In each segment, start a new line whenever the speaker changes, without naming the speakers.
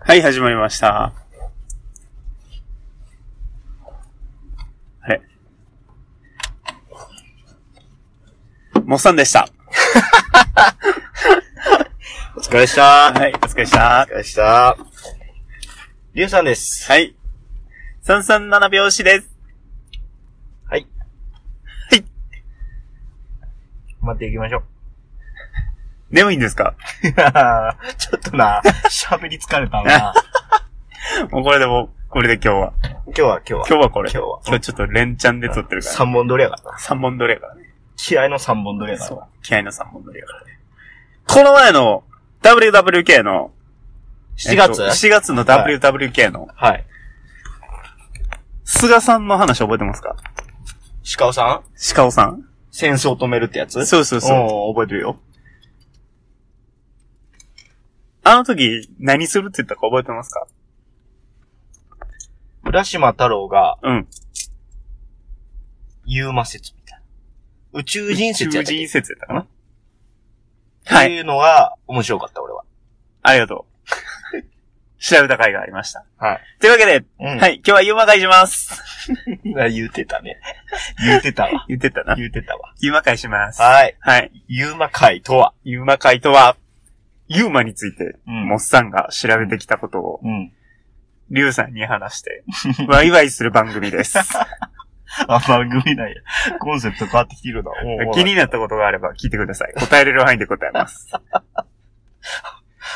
はい、始まりました。あれモッサンでした。
お疲れでした。
はい、お疲れでした
お疲。れでした。りゅうさんです。
はい。337拍子です。
はい。
はい。
頑張っていきましょう。
眠いんですか
ちょっとな、喋り疲れたな。
もうこれでも、これで今日は。
今日は今日は。
今日はこれ。
今日は。
今日ちょっと連チャンで撮ってるから。
三本撮りやからな。
3本撮りやからね。
気合の三本撮りやから
そう
な。。
気合の3本撮りやからね。この前の WWK の、
7月、
えっと ?7 月の WWK の、
はい。
菅さんの話覚えてますか
鹿尾さん
鹿尾さん。
戦争を止めるってやつ
そうそうそう
おー覚えてるよ。
あの時、何するって言ったか覚えてますか
浦島太郎が、
うん。
ユーマ説みたいな。宇宙人説や
中
ったっけ
人説やったかな
っ
は
て
い。
いうのが面白かった、俺は。
ありがとう。 調べた回がありました。
はい。
というわけで、
うん。
はい、今日はユーマ会します。
あ 言うてたね。言うてたわ。
言ってたな。
言うてたわ。
ユーマ会します。
はい。
はい。
ユーマ会とは。
ユーマ会とは、ユーマについて、
う
モッサンが調べてきたことを、
うん。
リュウさんに話して、ワイワイする番組です。
あ、番組なんや。コンセプト変わってきてるな。 おう
気になったことがあれば聞いてください。答えれる範囲で答えます。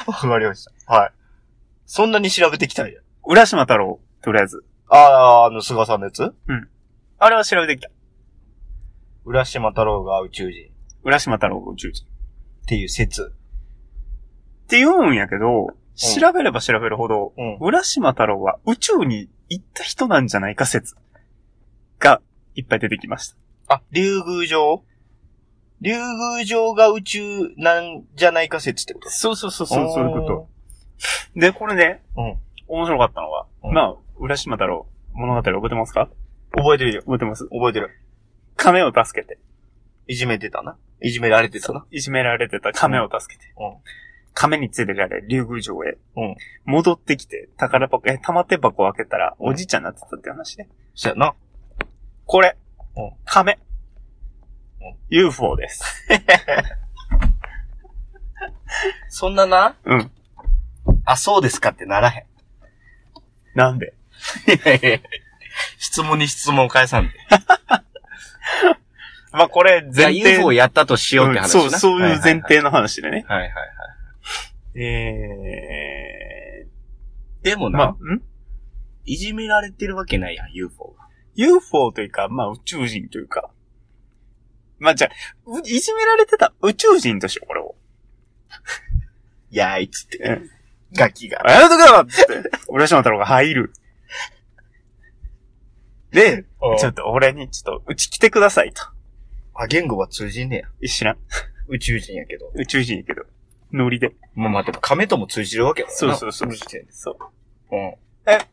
わかりました。はい。そんなに調べてきたんや。
浦島太郎、とりあえず。
あー、あの、菅さんのやつ
あれは調べてきた。
浦島太郎が宇宙人っ
浦島太郎が宇宙人。
ていう説。
って言うんやけど、調べれば調べるほど、
うん。
浦島太郎は宇宙に行った人なんじゃないか説がいっぱい出てきました。
あ、竜宮城竜宮城が宇宙なんじゃないか説ってこと
そうそうそう
と。
と。で、これね、
うん
面白かったのは、
うん
まあ、浦島太郎物語覚えてますか
覚えてるよ。
覚えてます
覚えてる。
亀を助けて。
いじめてたな。いじめられてたな。
いじめられてた亀を助けて。
うん
亀に連れられ、竜宮城へ。
うん
戻ってきて、宝箱、え、玉手箱を開けたら、
うん
おじいちゃんになってたって話ね。
そやな。
これ、
うん
亀、
うん
UFO です。
そんなな、
うん。
あ、そうですかってならへん。
なんで
いやいやいや質問に質問を返さんで。
まあ、これ、前提。
UFO やったとしようって話な、
うんそう、そういう前。提の話でね。
はいはいはい。
え
でも
ー、
な、
まあ、ん
いじめられてるわけないやん、UFO が。
?UFO というか、まあ、宇宙人というか。まあ、じゃあ、ういじめられてた宇宙人としよう、これを。
いやーいっつっ
え
て。ガキが。
あやめとけよつ って、浦島太郎が入る。で、ちょっと俺に、ちょっと、うち来てくださいと。
あ、言語は通じねえや。
知らん。
宇宙人やけど。
宇宙人やけど。ノリで。
まあまあでも亀とも通じるわけやからな
そうそうそう
の時点で
そう。
うん。
え、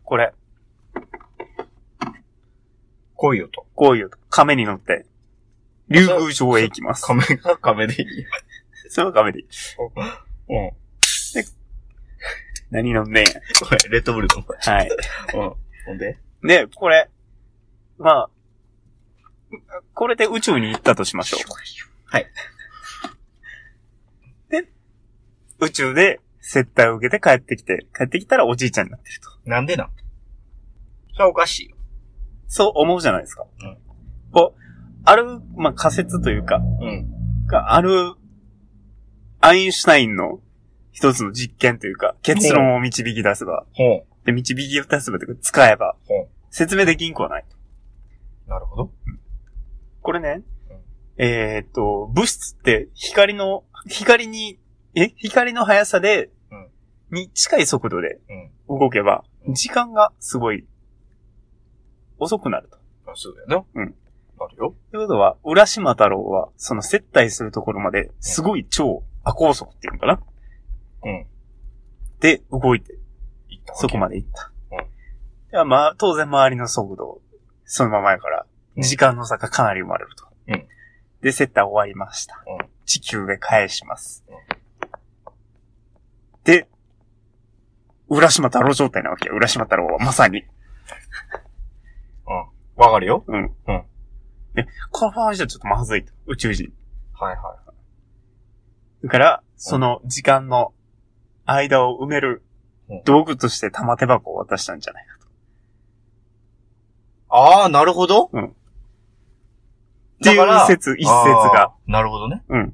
これ、
来いよと。
こういう、亀に乗って、竜宮城へ行きます。
亀が亀でいい。
その亀でいい。
うん。
何飲んでん
これ、レッドブルの。
や。はい。
うん。ほんで
で、これ、まあ、これで宇宙に行ったとしましょう。
はい。
で、宇宙で接待を受けて帰ってきて、帰ってきたらおじいちゃんになってると。
なんでなんそれはおかしいよ。
そう思うじゃないですか。
うん
こう、ある、まあ、仮説というか、
うん。
がある、アインシュタインの一つの実験というか、結論を導き出せば、
ほう。
で、導き出せばというか、使えば
ほ、
説明できんくはない。
なるほど。
これね
うん、
えーっと、物質って光の、光に、え光の速さで
うん、
に近い速度で
うん。
動けば、
うん
時間がすごい、遅くなると。
あそうだよな。
うん。
なるよ。
ということは、浦島太郎は、その接待するところまで、すごい超亜高速っていうのかな
うん。
で、動いて、
行った
そこ
ま
まで行った
うん。
では、まあ、当然周りの速度、そのままやから、
うん
時間の差がかなり生まれると。
うん
で、接待終わりました。
うん
地球へ返します。
うん
で、浦島太郎状態なわけよ。浦島太郎はまさに。
わかるよ。
うん。
うん。
で、このままじゃちょっとまずいと。宇宙人。
はいはい。
だから、その時間の間を埋める
うん
道具として玉手箱を渡したんじゃないかと。
ああ、なるほど。
うんって
だ
い
から。
う説、一説が、
あー。なるほどね。
うん。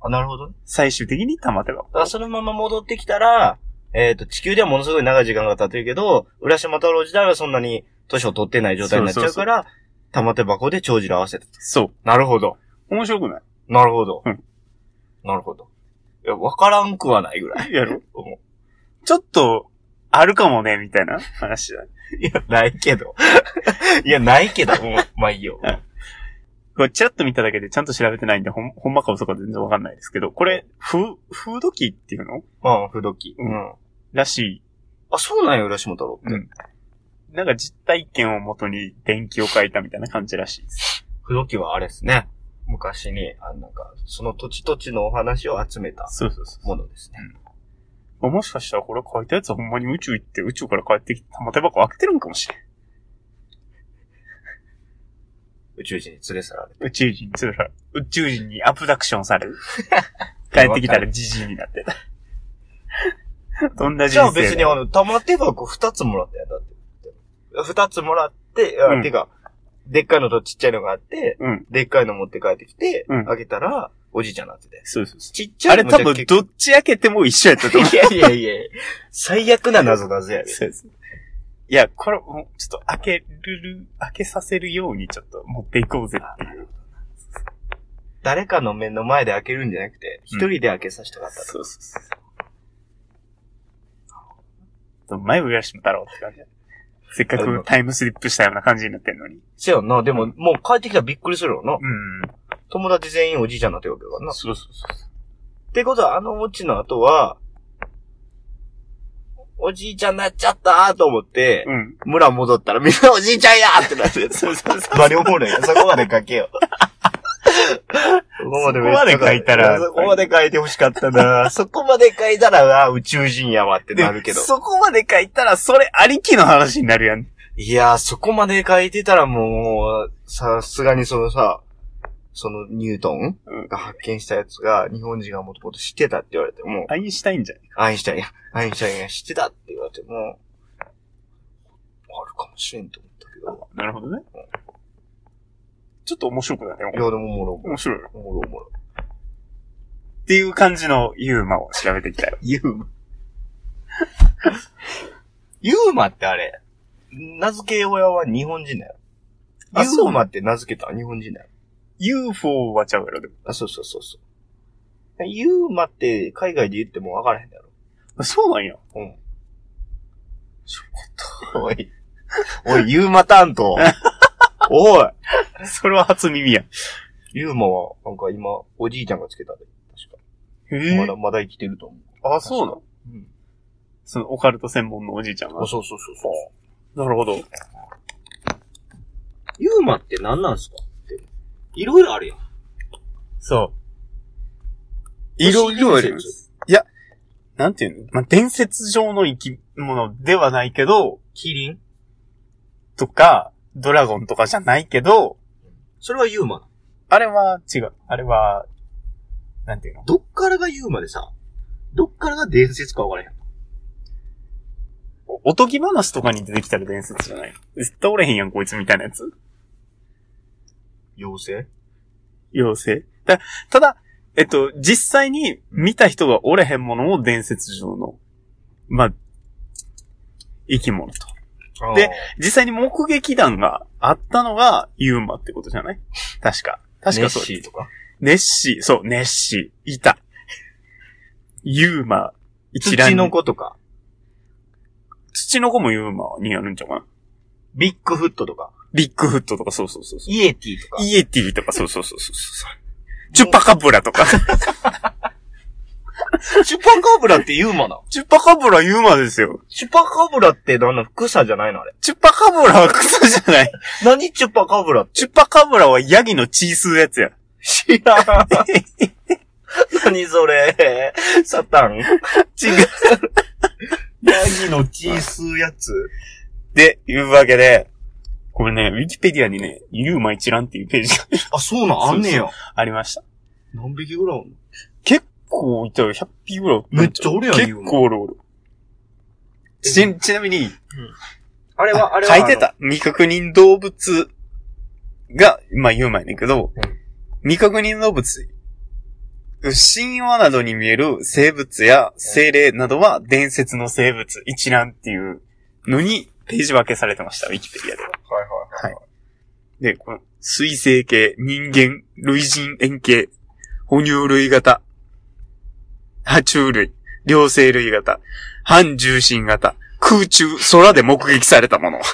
あ、なるほどね。
最終的に玉手箱
だ。からそのまま戻ってきたら、えっ、と、地球ではものすごい長い時間が経ってるけど、浦島太郎自体はそんなに年を取ってない状態になっちゃうから、玉手箱で長寿を合わせた。
そ
なるほど。
う。面白くない
なるほど。
うん
なるほど。いや、わからんくはないぐら い。
やろ
うん
ちょっと、あるかもね、みたいな話だ。
いや、ないけど。 いや、ないけど。うんまあいいよ。
これチラッと見ただけでちゃんと調べてないんで、ほん、ほんまか嘘か全然わかんないですけど、これ、ふ、フードキーっていうの
うん、不動機。
う
うんん。
らし
あ、そうなんよ、浦島太郎って。
うんい。なんか実体験をもとに電気を書いたみたいな感じらしいです。
不動機はあれですね。昔に、あなんか、その土地土地のお話を集めた
そうそうそ
ものですね。
う。もしかしたらこれ書いたやつはほんまに宇宙行って宇宙から帰ってきて玉手箱開けてるんかもしれん。
宇宙人に連れ去られて。
宇宙人に連れられ宇宙人にアプダクションされ る。帰ってきたらジジイになって。どんな人
じゃあ
生だよ
別にあの、玉手箱二つもらったやんだって。二つもらって、あ
うん
てか、でっかいのとちっちゃいのがあって、
うん。
でっかいの持って帰ってきて、
うん
あげたら、おじいちゃんになってて。
そうそうそ
ちっ
う。
ちゃ
あ
い
れ
のじゃ
多分
結
どっち開けても一緒やったと思う。
いやいやいや最悪な謎謎やで。
そうです。いや、これ、もうちょっと開ける、開けさせるようにちょっと持っていこうぜっていう。
誰かの目の前で開けるんじゃなくて、一
うん
人で開けさせたかったと。
うそうそう。前浦島太郎って感じ。せっかくタイムスリップしたような感じになってんのに。
せやな、でも、もう帰ってきたらびっくりするよな。
うん。
友達全員おじいちゃんになってるわけだからな。っ
そうそうそう。
てことは、あのオチの後は、おじいちゃんになっちゃったーと思って、
うん。
村戻ったらみんなおじいちゃんやーってな ってる。
そうそうそう。
バリおもろいよそこまで書けよ。そ
ま
こ
でめっちゃ書いてそこまで書いたら
そこまで書いて欲しかっ たなそこまで書いたら、あ宇宙人やわってなるけど
で。そこまで書いたら、それありきの話になるやん。
いやー、そこまで書いてたらもう、さすがにそのさ、そのニュートン
うん
が発見したやつが、日本人がもともと知ってたって言われても、
アインシュタインじゃん。
アインシュタインが、アインシュタインが知ってたって言われても、あるかもしれんと思ったけど。
なるほどね。ちょっと面白くない
いや、でもおもろおもろ
面白いよ。
おもろおもろ。
っていう感じのユーマを調べてきたよ。
ユー マ。ユーマってあれ、名付け親は日本人だよ。
あ
ユ
そう
ーマって名付けたのは日本人だよ。
UFO はちゃうやろ、で
あ、そうそうそうそう。ユーマって海外で言っても分からへんだろ。
も。そうなんや。
うん。
そ
おい。おい、ユーマ担 当。おい。
それは初耳や。
ユーマは、なんか今、おじいちゃんがつけたで。確か。
へ
まだ、まだ生きてると思う。
あ、そうなの
うん。
そのオカルト専門のおじいちゃんが
あ、。そうそうそうそう。
なるほど。
ユーマって何なんすかっていろいろあるやん。
そう。いろいろあります。いや、なんていうのまあ、伝説上の生き物ではないけど、
キリン
とか、ドラゴンとかじゃないけど、
それはユーマ。
あれは違う。あれは、なんていうの
どっからがユーマでさ、どっからが伝説か分からへん。
おおとぎ話とかに出てきたら伝説じゃない絶対おれへんやん、こいつみたいなやつ。
妖精
妖精。だただ、えっと、実際に見た人がおれへんものを伝説上の、まあ、生き物と。で、実際に目撃談があったのがユーマってことじゃない確か。確かそう。
ネッシーとか。
ネッシー、そう、ネッシー、いた。ユーマ、一覧に
土の子とか、
土の子もユーマにあるんちゃうかな
ビッグフットとか、
ビッグフットとか、そうそうそうそう。
イエティとか。
イエティとか、そうそうそうそうそう。チュッパカブラとか。
シュパカブラってユーマな。
チュッパカブラユーマですよ。
チュパカブラって何なの草じゃないのあれ。
チュッパカブラは草じゃない。
何チュパカブラって
チュッパカブラはヤギの血吸うやつや。
知らん。何それ。サタン。
違う。
ヤギの血吸うやつ。
で、いうわけで、これね、ウィキペディアにね、ユーマ一覧っていうページが
あ、そうなんあんねや。
ありました。
何匹ぐらいおんの
結構いたよ、100匹ぐらい。
めっちゃおるやん
結構おるおる。ち、ちなみに、
あれは、あれは。
書いてた。未確認動物が、まあ、ユーマやねんけど、
うん
未確認動物、神話などに見える生物や精霊などは伝説の生物一覧っていうのにページ分けされてました、ウィキペディアでは。
あの。はいはいはい。
で、この、水生系、人間、類人円形、哺乳類型、爬虫類、両生類型、半重心型、空中、空で目撃されたもの。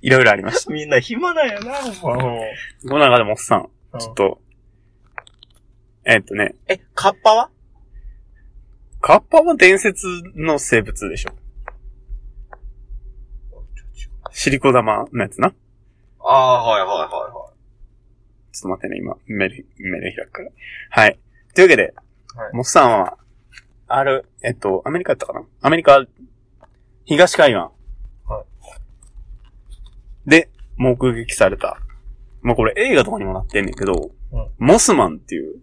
いろいろありました。
みんな暇なんやな、ほんま。う
こ
ん
の中でもおっさん、ちょっと、えっとね、
え、カッパは
カッパは伝説の生物でしょ。シリコ玉のやつな。
ああ、はいはいはいは
ちょっと待ってね、今、メール、メール開くから。はい。というわけで、
はい
モッサンは、ある、えっと、アメリカだったかなアメリカ、東海岸。で、目撃された。まあ、これ映画とかにもなってんねんけど、
うん
モスマンっていう
い。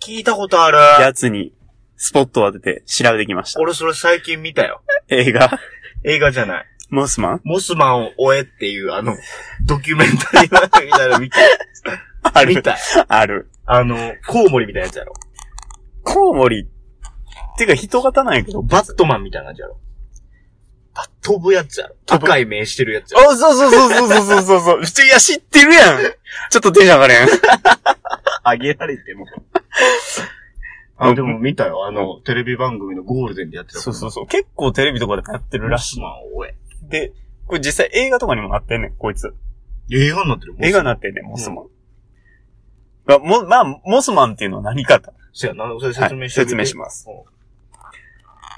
聞いたことある。
やつに、スポットを当てて調べてきました。
俺それ最近見たよ。
映画、
映画じゃない。
モスマン
モスマンを追えっていう、あの、ドキュメンタリー番組みたいなの見 た。
あ
見
る、
た。
ある。
あの、コウモリみたいなやつやろ。
コウモリ、っていうか人型なんやけど、
バットマンみたいな感じやろ。あ、飛ぶやつやろ。
飛ぶ
高い目してるやつやろ。
あ、そうそうそうそうそうそうそう。 ちょいや、知ってるやん。ちょっとテンション上がるやん。
あげられても。 あ、でも見たよ。あの、テレビ番組のゴールデンでやってた。
そうそうそう。結構テレビとかでもやってる
モ
らし
スマンを追え。
い。で、これ実際映画とかにもなってんねん、こいつ。
映画になってる。
映画にな
って
ってんねん、モスマン。がも、まあ、モスマンっていうのは何かと。
る。そうやな。それ説明して
は
み
い
て
説明します。
うん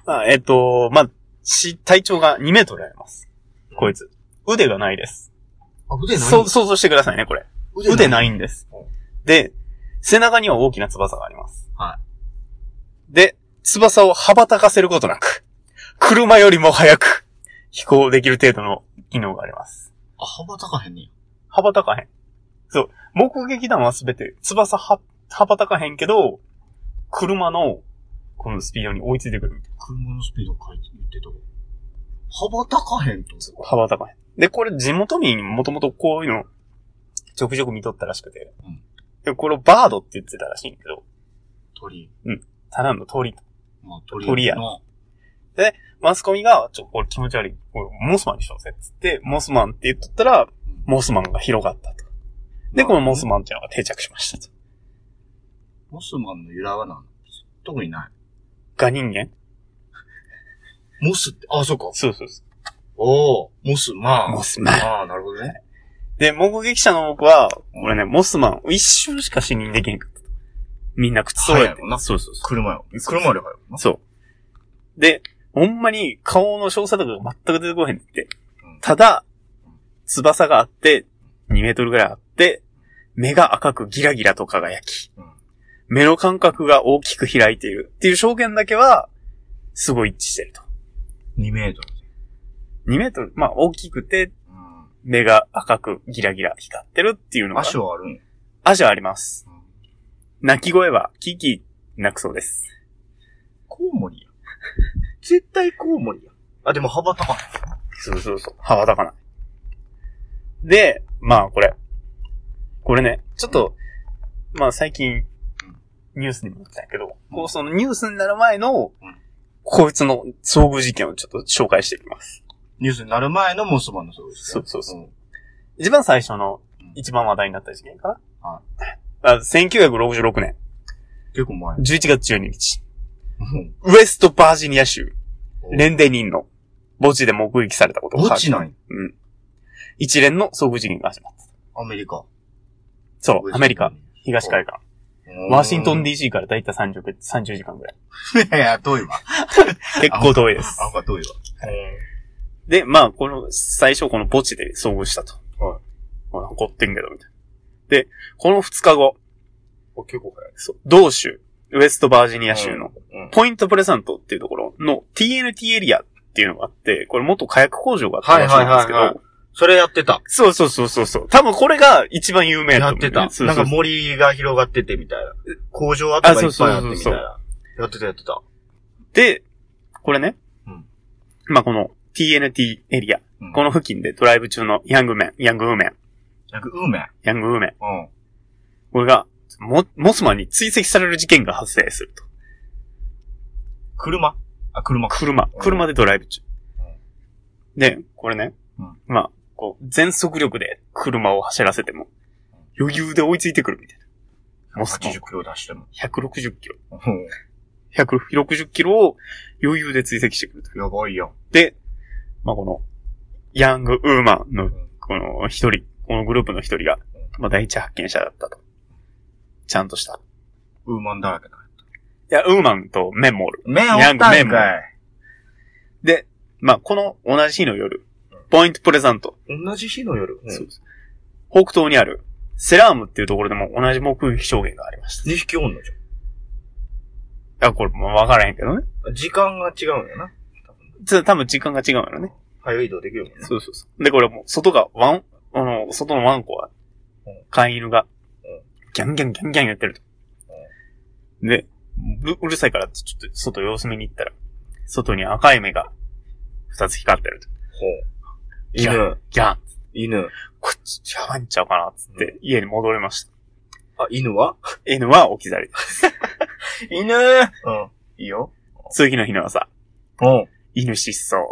まあ、えっと、まあ、し、体長が2メートルあります。こいつ。腕がないです。
あ、腕ない
そう、想像してくださいね、これ。腕ないんです
うん。
で、背中には大きな翼があります。。
はい
で、翼を羽ばたかせることなく、車よりも速く飛行できる程度の機能があります。
あ、羽ばたかへんねや。
羽ばたかへん。そう。目撃談はすべて、翼は、羽ばたかへんけど、車の、このスピードに追いついてくるみたい
車のスピード書いて言ってたわ羽ばたかへんと。
な。羽ばたかへん。で、これ地元民もともとこういうの、ちょくちょく見とったらしくて。
うん
で、これをバードって言ってたらしいんだけど、
鳥。
ただの鳥。
まあ、鳥
鳥や
の
マスコミが、ちょ、これ気持ち悪い。これモスマンにしようぜ。つって、モスマンって言っとったら、モスマンが広がったと。で、このモスマンっていうのが定着しましたと。
モスマンの由来は何なの特にな
が人間
い。モスって、あ、そうか。
そうそうそ
おー、モス、まあ。
う。モスマン。
ああ、なるほどね。
で、目撃者の僕は、俺ね、モスマンを一瞬しか死認できへんかった。みんな口そうや
早い
て
もんな
そうそうそ
車よ。
そう
車より早いもん
う。
な。
そう。で、ほんまに顔の詳細とかが全く出てこへんねんって
うん。
ただ、翼があって、2メートルぐらいあって、目が赤くギラギラと輝き
うん、
目の間隔が大きく開いているっていう証言だけは、すごい一致してると。
2メートル。
2メートル、まあ大きくて、
う
目が赤くギラギラ光ってるっていうの
ん。
が。
足はあるんや。
足はあります。
うん
鳴き声は、キキ、鳴くそうです。
コウモリや。 絶対コウモリや。あ、でも羽ばたかへん。
そうそうそう。羽ばたかない。で、まあ、これ。これね、ちょっと、まあ、最近、ニュースにもなったんやけど、こう、そのニュースになる前の
うん、
こいつの遭遇事件をちょっと紹介していきます。
ニュースになる前のモスマンのそうですね。
そうそうそ
ん。
一番最初の
うん、
一番話題になった事件かな。
はい
あ1966年
結構前。
11月12日、
うん
ウェストバージニア州、レンデニンの墓地で目撃されたこと
墓地なんや。
うん。一連の遭遇事件が始まった。
アメリカ。
そう、アメリカ、。東海岸。ワシントン DC からだいたい30、30時間 ぐらい。
いやいや、遠いわ。
結構遠いです。
あ、まあ、遠いわ。
で、まあ、この、最初この墓地で遭遇したと。
はい。
ほら、怒ってんけど、みたいな。で、この2日後、
あ、結構早い。
そう同州、ウェストバージニア州の
うん、
ポイントプレサントっていうところの TNT エリアっていうのがあって、これ元火薬工場があったらしいんですけ
はいはいはいは
ど、
それやってた。
そうそうそうそうそう。多分これが一番有名だ
や
と
っ
思うね
てた。
そうそ
な
うんそ
か
う
森が広がっててみたいな。工場跡がいっぱいあってみたいな。やってたやってた。
で、これね、
うん
まあこの TNT エリア、
うん
この付近でドライブ中のヤングメン、ヤングウーメン、
なんか、ウーメン。
ヤングウーメン、
うん。
これが、モモスマンに追跡される事件が発生すると。
車あ、車か。
車、車でドライブ中。で、これね、
うん
まあ、こう、全速力で車を走らせても、余裕で追いついてくるみたいな。モスマン
80、キロ出しても。
160キロ。
うん
160キロを余裕で追跡してくると。
やばいよ。
で、まあ、この、ヤングウーマンの
うん
この一人、このグループの一人が、まあ、第一発見者だったと。ちゃんとした。
ウーマンだらけだ。
いや、ウーマンとメンモール。
麺
おったんかい
んかい。
で、まあ、この同じ日の夜、ポイントプレザント、
同じ日の夜。うん
そうです北東にある、セラームっていうところでも同じ目撃証言がありました。い
二匹おんのじ
や、これもう分からへんけどね。
ゃん。時間が違うんやな。
ちょっと多分時間が違うよね。
早い移動できるもんね。
そうそうそう。で、これもう外がワン、あの、外のワンコは
うん、
飼い犬が
うん、
ギャンギャンギャンギャンやってると。で、うるうるさいから、ちょっと外様子見に行ったら、外に赤い目が二つ光ってると。
ほう。
ギャン、
犬。
ギャン、
犬。
こっちやばいんちゃうかな、つって家に戻りました。
あ、犬は
N は置き去り。
犬うん。いいよ。
次の日の朝、
うん。
犬失踪。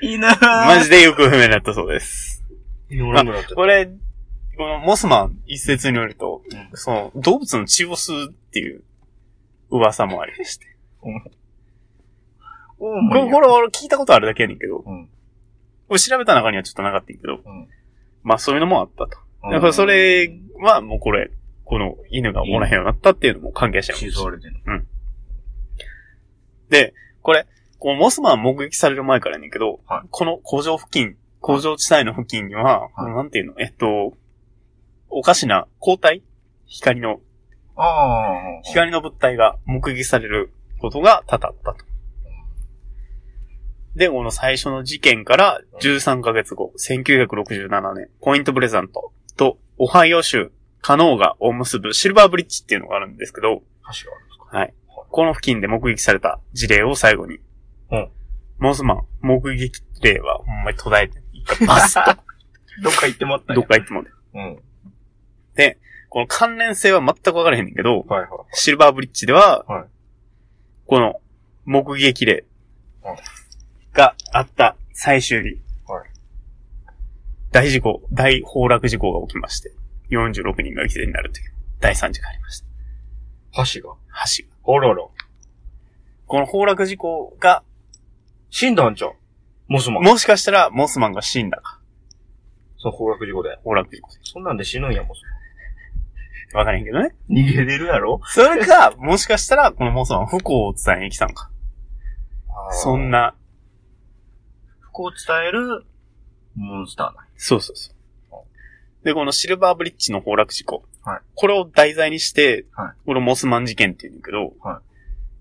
犬
マジで行方不明になったそうです。
犬おらんくなっちゃった。
これ、このモスマン一説によると、
うん
その動物の血を吸うっていう噂もありまして。
お
これ、これ俺聞いたことあるだけやねんけど、
うん。
これ調べた中にはちょっとなかったんやけど、
うん
まあそういうのもあったと。やっぱそれはもうこれ、この犬がおらへんようになったっていうのも関係して
血
る。
吸われてんの。
で、これ、こうモスマン目撃される前からやねんけど、
はい
この工場付近、工場地帯の付近には、
はい
なんていうの、えっと、おかしな光体光の、
ああ。
光の物体が目撃されることが多々あったと。で、この最初の事件から13ヶ月後、1967年、ポイントブレザントとオハイオ州カノーガを結ぶシルバーブリッジっていうのがあるんですけど、
橋があるんですか
はい。この付近で目撃された事例を最後に。
うん。
モスマン、目撃例はほんまに途絶えて、一回バスッ
どっか行ってもらっ
と
たん
ど
や
っか行ってもらって
うん。
この関連性は全くわからへんねんけど、
はいは
シルバーブリッジでは、
はい
この目撃例
うん
があった最終日、
はい
大事故、大崩落事故が起きまして、46人が犠牲になるという大惨事がありました。
い。橋が。
橋が。
あらら。
この崩落事故が、
死んだんじゃん。モスマン。
もしかしたらモスマンが死んだか、
その崩落事故で。
崩落事故で。
そんなんで死ぬんや、モス
わからへんけどね。
マン。逃げれるやろ
それか、もしかしたら、このモスマンは不幸を伝えに来たのか。 そん
な。
な。
不幸を伝える、モンスターなんや
そうそうそう。で、このシルバーブリッジの崩落事故。
はい
これを題材にして、
は
これをモスマン事件って言うんだけど、
は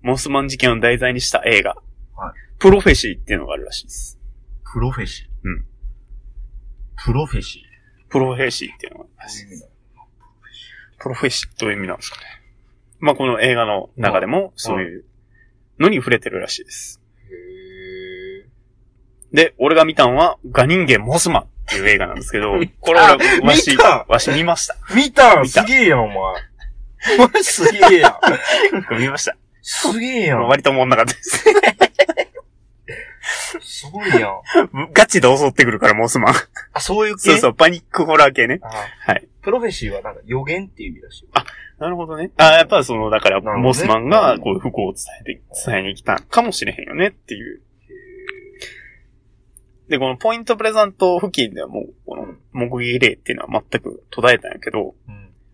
モスマン事件を題材にした映画、
はい
プロフェシーっていうのがあるらしいです。
プロフェシー。
うん。
プロフェシー。
プロフェシーっていうのがあります。プロフェシーどういう意味なんですかね。まあ、この映画の中でも、そういうのに触れてるらしいです。
へ
で、俺が見たんは、ガニンゲモスマンっていう映画なんですけ ど
見、
これ俺、わし
見た、
わし見ました。
ー。見たん
見た
すげえやん、お前。お前すげえ やん。
見ました。
すげえやん。
割と思んなかったです。
すごいやん。
ガチで襲ってくるから、モスマン。
あ、そういう系
そうそう、パニックホラー系ね。
あ
はい。
プロフェシーはなんか予言っていう意味だし。
なるほどね。あやっぱその、だから、
なるほどね
モスマンが、こういう不幸を伝えて、伝えに来たんかもしれへんよねっていう。で、このポイントプレザント付近ではもう、この、目撃例っていうのは全く途絶えたんやけど、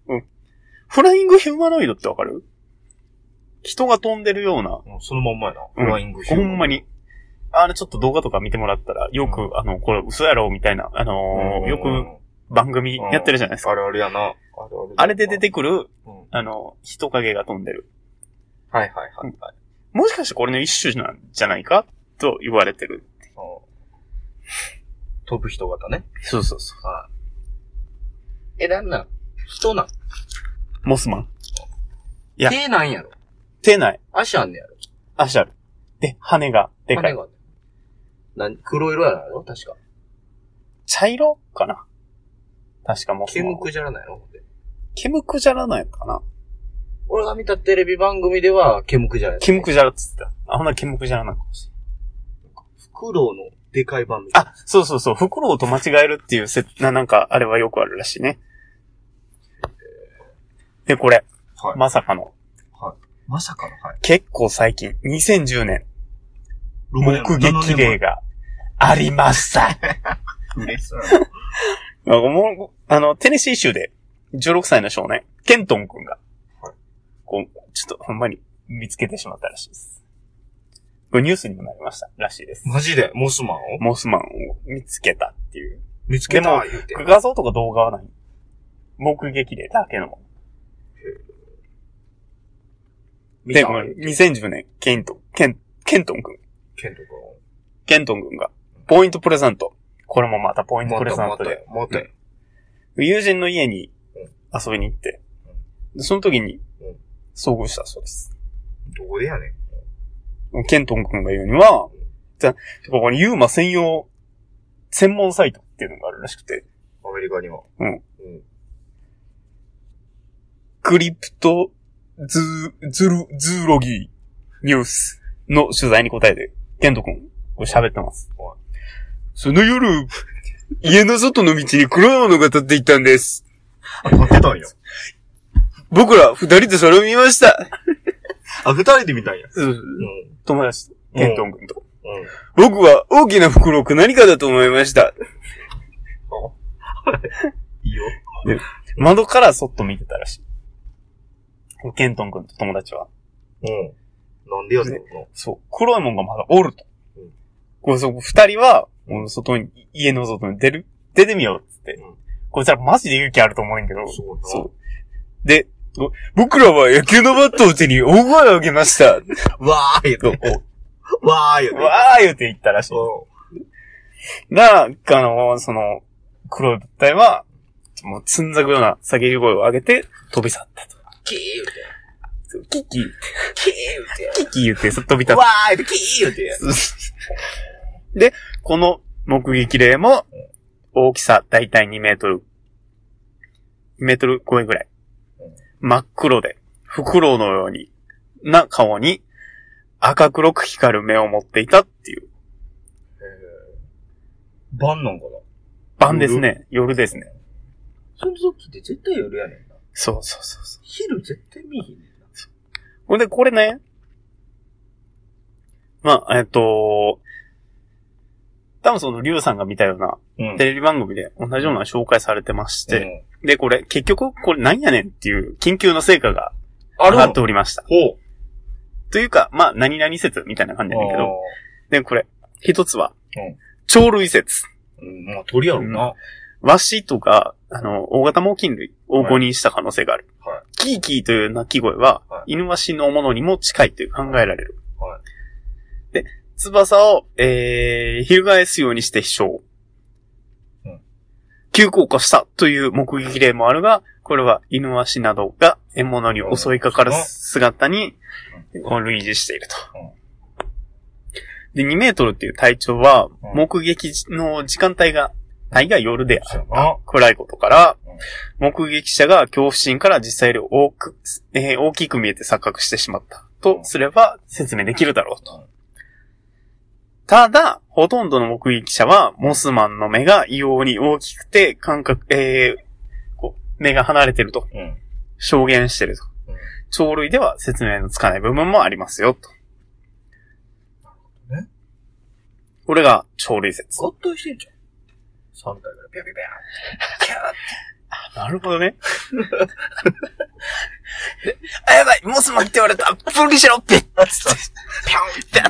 うん。
フライングヒューマノイドってわかる人が飛んでるような、
うんそのまんまやな。
うん
フライング
ほんま。に。あれちょっと動画とか見てもらったら、よく、あの、これ嘘やろみたいな、あのーよく
く
番組やってるじゃないですか。
あるあるやな。あるある
あれで出てくる、
うん。はい
あの、人影が飛んでる。
はいはいはい。
もしかしてこれの一種なんじゃないかと言われてる。
うん飛ぶ人型ね。
そうそうそ
はい。え、なんなん人なん
う。モスマン。いや
手なんやろ
手ない。
足あんねやろ
足ある。で、羽がでか
羽
い。
があんねやなん黒色やろ確か。
茶色かな確かモス
ケ
マン
ム
は。
クじゃらないのほんで
ケムクジャラなんやったかな
俺が見たテレビ番組では、ケムクじゃない。
ケムクジャラっつってた。あ、ほなケムクジャラなのかもしれない。
フクロウのでかい版みたいな。
あ、そうそうそう、フクロウと間違えるっていうせな、なんか、あれはよくあるらしいね。で、これ、
はま、
まさかの、
まさかの、はい。
結構最近、2010年、目
6年
撃例。がありました。
嬉しそう。
なんかもうあの、テネシー州で、16歳の少年、ケントン君が
はい、
こう、ちょっとほんまに見つけてしまったらしいです。これニュースにもなりましたらしいです。
マジで、モスマンを
モスマンを見つけたっていう。
見つけ
で
た
も
言うて。
画像とか動画はない。目撃例だけのもの。
見
で、
た
この2010年、ケント、ケン、ケントン君。
ケント
ケントン君が、ポイントプレゼント。これもまたポイン
君。
トプレゼン
ま
ト
た
で。
よ、またよ。
友人の家に
うん
遊びに行って、でその時に
うん
遭遇したそうです。
どこでやねん。
ケントン君が言うには
ん、
じゃここにユーマ専用専門サイトっていうのがあるらしくて、
アメリカには。
うん
うん。
クリプトズー、ズル、ズーロギーニュースの取材に答えて、ケント君、これ喋ってます
は。
その夜、家の外の道に黒いものが立っていたんです。
あ、立ってたんや。
僕ら二人でそれを見ました。
あ、二人で見たんや。うん。
友達と、ケントン君と。
うん。
僕は大きな袋を何かだと思いました。
いいよ。
窓からそっと見てたらしい。ケントン君と友達は。
うん。なんでやねん。
ね
う
そう。黒いもんがまだおると
うん。
こう、そこ二人は、もう外に、家の外に出る、出てみようっつって。
うん
こいつらマジで勇気あると思うんやけど。
ん。すごいな。
そう。で、こ僕らは野球のバットを手に大声を上げました。
う。わー言う
と、
て。
こう
わ ー言うて。
わー言うて言ったらしい。
う
が、あの、その、黒い物体は、もう、つんざくような叫び声を上げて、飛び去ったと。
ん。キー言うて。
そうキキ、
キー言うて。
キキ言って、そ飛び立っ
わー言うて、キー言うて。
で、この目撃例も、大きさだいたい2メートル。2メートル超えぐらい。真っ黒で、フクロウのように、な顔に、赤黒く光る目を持っていたっていう。
晩なんかな
晩ですね。夜ですね。
その時って絶対夜やねんな。
そうそうそうそう。
昼絶対見ひんねんな。
ほんで、これね、まあ、えっと、多分その、リュウさんが見たような、
うん
テレビ番組で同じような紹介されてまして、で、これ、結局、これなんやねんっていう緊急の成果が
あ
上
る
がっておりました。
ほう。
というか、まあ、何々説みたいな感じやねんけど、で、これ、一つは
うん、
鳥類説。
うん、まあ鳥やろな。
ワシとか、あの、大型猛禽類を誤認した可能性がある。
はい
キーキーという鳴き声は、
は
犬ワシのものにも近いという考えられる。
は
で、翼を、えー、翻すようにして飛翔。
うん
急降下したという目撃例もあるが、これは犬ワシなどが獲物に襲いかかる姿にを類似していると。で、2メートルっていう体長は、
うん
目撃の時間帯が、大概夜である
そうやな。
暗いことから、目撃者が恐怖心から実際より多く、えー大きく見えて錯覚してしまったとすれば説明できるだろうと。ただ、ほとんどの目撃者は、モスマンの目が異様に大きくて、感覚、えーこう目が離れてると
うん。
証言してると
うん。
鳥類では説明のつかない部分もありますよ、と。
なるほどね
これが鳥類説。
合体してんじゃん。三体ぐらいピャピャピャン。
なるほどね。 あ、やばい、モスマン来て言われた、プールしろ、ピッつっ
ピャン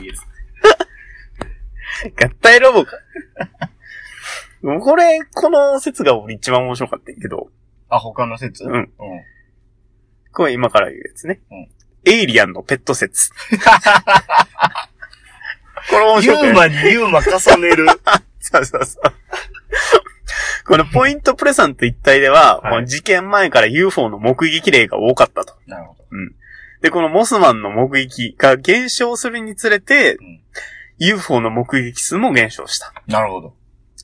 ピ
て。
ャン
合体ロボか。これ、この説が俺一番面白かったんやけど、
あ、他の説
う
うん
ん。これ今から言うやつね。
うん
エイリアンのペット 説。これ面
ユ
白くない
ーマにユーマ重ね る。
そうそうそう。このポイントプレサント一帯では、
はい
もう事件前から UFO の目撃例が多かったと。
なるほど。
で、このモスマンの目撃が減少するにつれて、
うん
UFO の目撃数も減少した。
なるほど。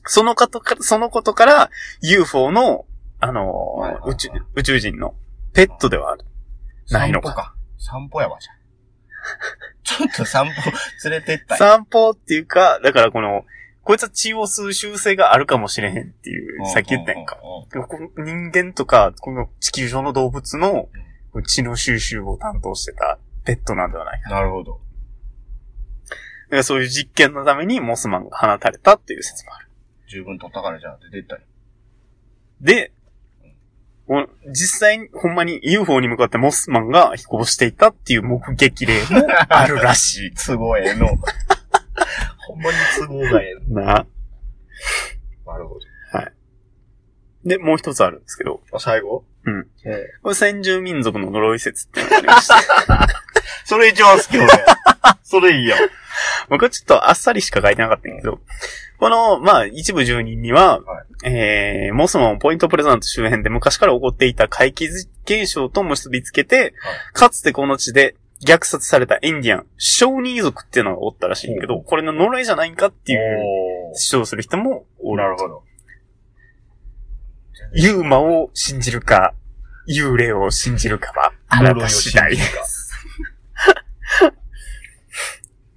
そのことから、そのことから、UFO の、あのー
はいはいはい
宇宙、宇宙人のペットではある。ないのか
散歩か。散歩やわ、じゃあ。 ちょっと散歩連れてったんや
散歩っていうか、だからこの、こいつは血を吸う習性があるかもしれへんっていう、さっき言ったやんか。。
う
でもこの人間とか、この地球上の動物の血の収集を担当してたペットなんではないか。
んなるほど。
だからそういう実験のためにモスマンが放たれたっていう説もある。
十分取ったからじゃあ出てったんや
で、この実際にほんまに UFO に向かってモスマンが飛行していたっていう目撃例もあるらし
都合ええの。 ほんまに都合がええ
い。な。
の。なるほど。
で、もう一つあるんですけど、
あ、最後
うん
え
これ先住民族の呪い説っていうの がありました。
それ一番好 き俺。それいいよ。
僕はちょっとあっさりしか書いてなかったんやけど、この、まあ、一部住人には、
は
えー、モスマンをポイントプレザント周辺で昔から起こっていた怪奇現象と結びつけて、
はい
かつてこの地で虐殺されたインディアン、ショーニー族っていうのがおったらしいんやけど、これの呪いじゃないんかっていう
おー
主張する人もお
な
る。
るほど。
ユーマを信じるか、幽霊を信じるかは、あなた次第。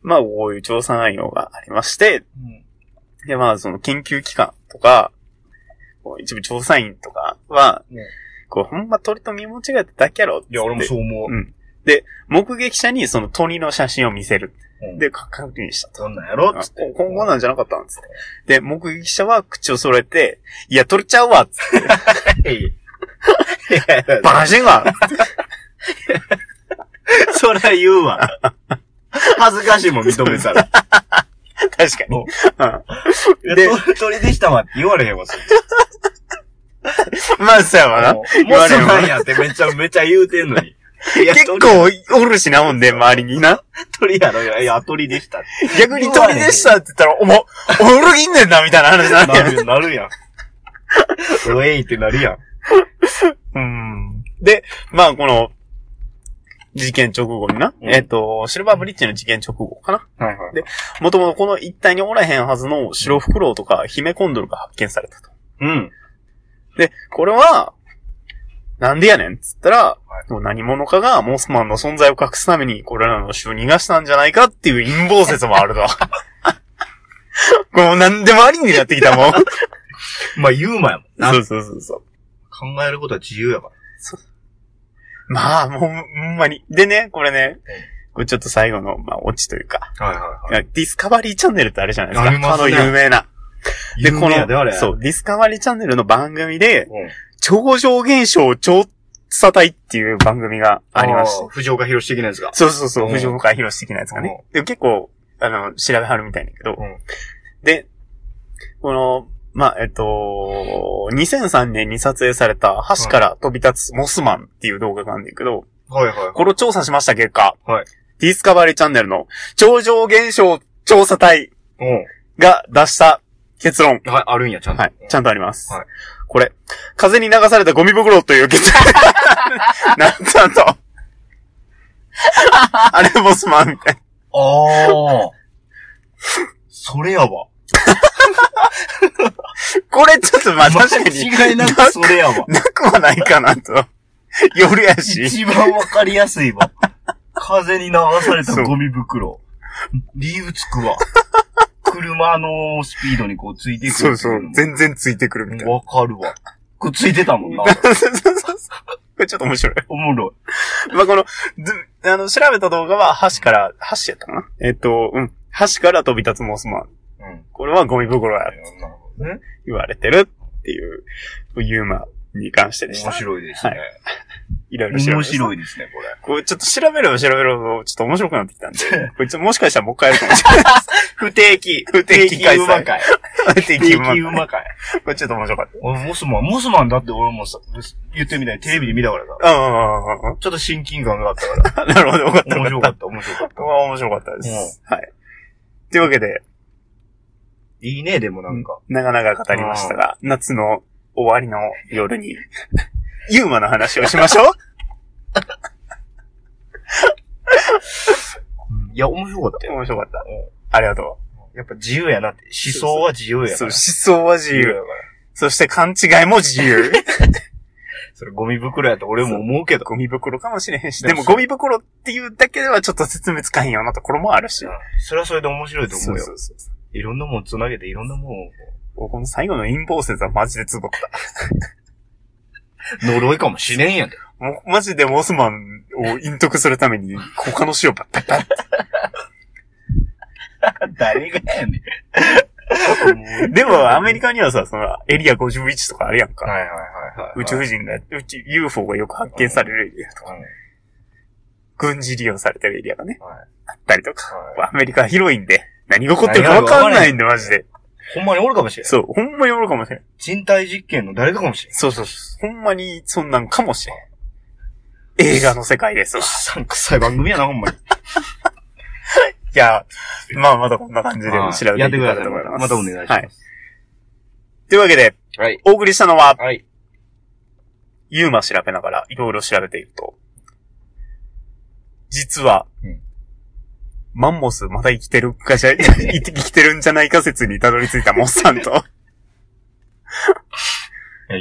まあ、こういう調査内容がありまして、
うん
で、まあ、その研究機関とか、こう一部調査員とかは、
ね
こう、ほんま鳥と見間違えただけやろっつって
いや、俺もそう思う。
目撃者にその鳥の写真を見せる。
うん、
で、確認したと。
どんなんやろ
あ
っつって。
ここんなんじゃなかったんつって。で、目撃者は口を揃えて、いや、鳥ちゃうわっつって
いやいやいや
バカしてんわ
そりゃ言うわ。恥ずかしいもん認めたら。
確かに。
いや
で
鳥鳥でしたわって言われへんわ、そ
う
れ。
ん まあ、そうやわな。
も
言わ
う
れへ
そ
ん
う
わ
なんやってめちゃめちゃ言うてんのに。いや
結構おるしな、ほんで、周りに な。
鳥鳥やろ、いやいや、鳥でしたって。
逆に鳥でしたって言ったら、おも、おるいんねんな、みたいな話になるやん
なるなるやん。ウェイってなるやん。
うんで、まあ、この、事件直後にな、
うん
えっ、と、シルバーブリッジの事件直後かな。
はいはい
でもともとこの一帯におらへんはずの白フクロウとかヒメコンドルが発見されたと。
うん。
で、これは、なんでやねんっつったら、もう何者かがモスマンの存在を隠すためにこれらの種を逃がしたんじゃないかっていう陰謀説もあると。 もう何でもありになってきたもん。
まあ、ユーマやもん な。
そうそうそうそう。
考えることは自由やから。
まあ、もう、ほんまに。でね、これね、これちょっと最後の、まあ、オチというか、
はいはい
やディスカバリーチャンネルってあれじゃないですか。
ありますね
あの有名な。
い。で、この、れ。
そう、ディスカバリーチャンネルの番組で、
うん。
超常現象調査隊っていう番組がありまし
あ
て
ー。藤岡博士的なやつが。
そうそうそうう、
ん
藤岡弘的なやつがね。で結構、あの、調べはるみたいなんやけど。
うん
で、この、まあ、えっと、2003年に撮影された橋から飛び立つモスマンっていう動画があるんだけど、
はいはい。
これを調査しました結果、
はい
ディスカバリーチャンネルの超常現象調査隊
う
が出した結論。
ん。はい、あるんや、ちゃんと。
はい。ちゃんとあります。
はい
これ、風に流されたゴミ袋という 結論。なんとなんと。あれもすまん、みたいな。
ああ。 それやわ。
これちょっとまあ確か に、
間違いなくそれやわ。
なくはないかなと。 夜やし。
一番わかりやすいわ。風に流されたゴミ袋。理由つくわ。車のスピードにこうついてくる。
そうそう。全然ついてくる みたいな。
わかるわ。これついてたもんな。
そうそうそうそうこれちょっと面白い。
おもろ
まあ、この、ずあの、調べた動画は、橋から、橋やったかなえっと、うん。橋から飛び立つモスマン。
い。うん。
これはゴミ袋や。
なるほどね。
言われてるっていう、ユーマに関してでした。
面白いですね。
いろいろ調べ
面
ました
白いですね、これ。
こうちょっと調べれば調べるほど、ちょっと面 白くなってきたんで、こいつもしかしたらもう一回やるかもしれない。
不定期。
不定期開催
不定期馬会
定
定
期
期
馬。
馬かい。
これちょっと面白かっ
俺、モスマン、モスマンだって俺もさ、言ってみたい。テレビで見たからさ。
た。うんうんうんうん
ちょっと親近感があったか
うん。なるほど、よかった。
ら。
よ
面
かっ。
白かった、面白かった
まあ面白かったです。はい。というわけで、
た。いいね、でもなんか。
長々語りましたが、夏の終わりの夜に、 ユーマの話をしましょう
いや、面白かったよ。
面白かった。ありがと
やっぱ自由やなって。思想は自由
う。
や
そう、思
から。
想は自
自由や
由。
から。
そして勘違いも自由。
それゴミ袋やと俺も思うけど。
ゴミ袋かもしれへんし。
で
で
も
も
そう
ゴミ袋っていうだけではちょっと説明つかへんようなところもあるし。
それはそれで面白いと思
そうう
よ
そ。うそう。
いろんなもん繋げていろんなもんを。
おこの最後の陰謀説はマジでつぼった。
呪いかもしれんやんけ。
もうマジでモスマンを隠匿するために、他の塩ばっかり。
誰がやね ん。
でも、アメリカにはさ、その、エリア51とかあるやん
はい
か。
はいはいはい。
宇宙人が、うち、UFO がよく発見されるエリアとか、
うん
軍事利用されてるエリアがね、
はい
あったりとか。ア
は
メリカは広いんで、何が起こってるかわかんないんで、マジで。
ほんまにおるかもしれん。
そう、ほんまにおるかもしれん。
人体実験の誰かかもしれん。
そうそうそう。ほんまに、そんなんかもしれん。映画の世界ですわ
うっ。さんくさい番組やな、ほん ま
い
に。
や、まあまだこんな感じで調べて
や
い
って
け
く
たら
ださい。
と思
ま
い
た
ます。
またお願いしま
はい。
す。
というわけで、
はい。
お送りしたのは、
はい。
ユーマ調べながらいろいろ調べていると、実は、
うん
マンモスまだ生きてるかじゃ、 生きてるんじゃないか説にたどり着いたモッサン と、
いや、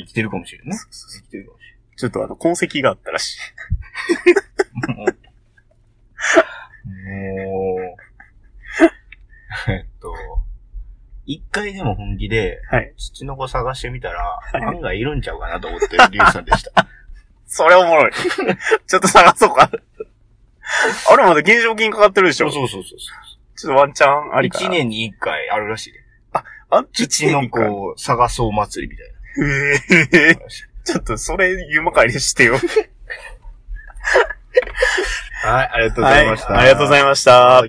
生きてるかもしれんね。生きてるかもし
ちょっとあの、痕跡があったらしい。
れん。もう。 もう。えっと。一回でも本気で、
はい。
土の子探してみたら、
い
案外いるんちゃうかなと思ってるリュウさんでした。
それおもろい。 ちょっと探そうか。 あれまだ減少金かかってるでしょちょ
うそうそう
っとワンチャンありかな。
一年に一回あるらしいで。
あ、
土の子
え
を探そう祭りみたいな
え
のあるらしい。
ちょっとそれ、ユーマ会にして よ。
はい、ありがとうございました。
はいありがとうございました。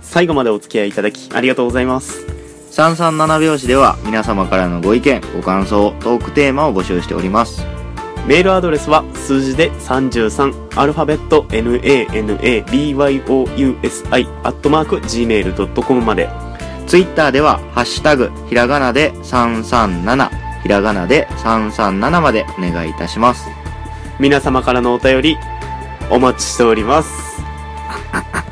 最後までお付き合いいただきありがとうございます
三三七拍子では皆様からのご意見、ご感想、トークテーマを募集しております。
メールアドレスは数字で33アルファベット nanabyousi アットマーク gmail.com まで
ツイッターでは、ハッシュタグ、ひらがなで三三七、ひらがなで三三七までお願いいたします。
皆様からのお便りお待ちしております
あ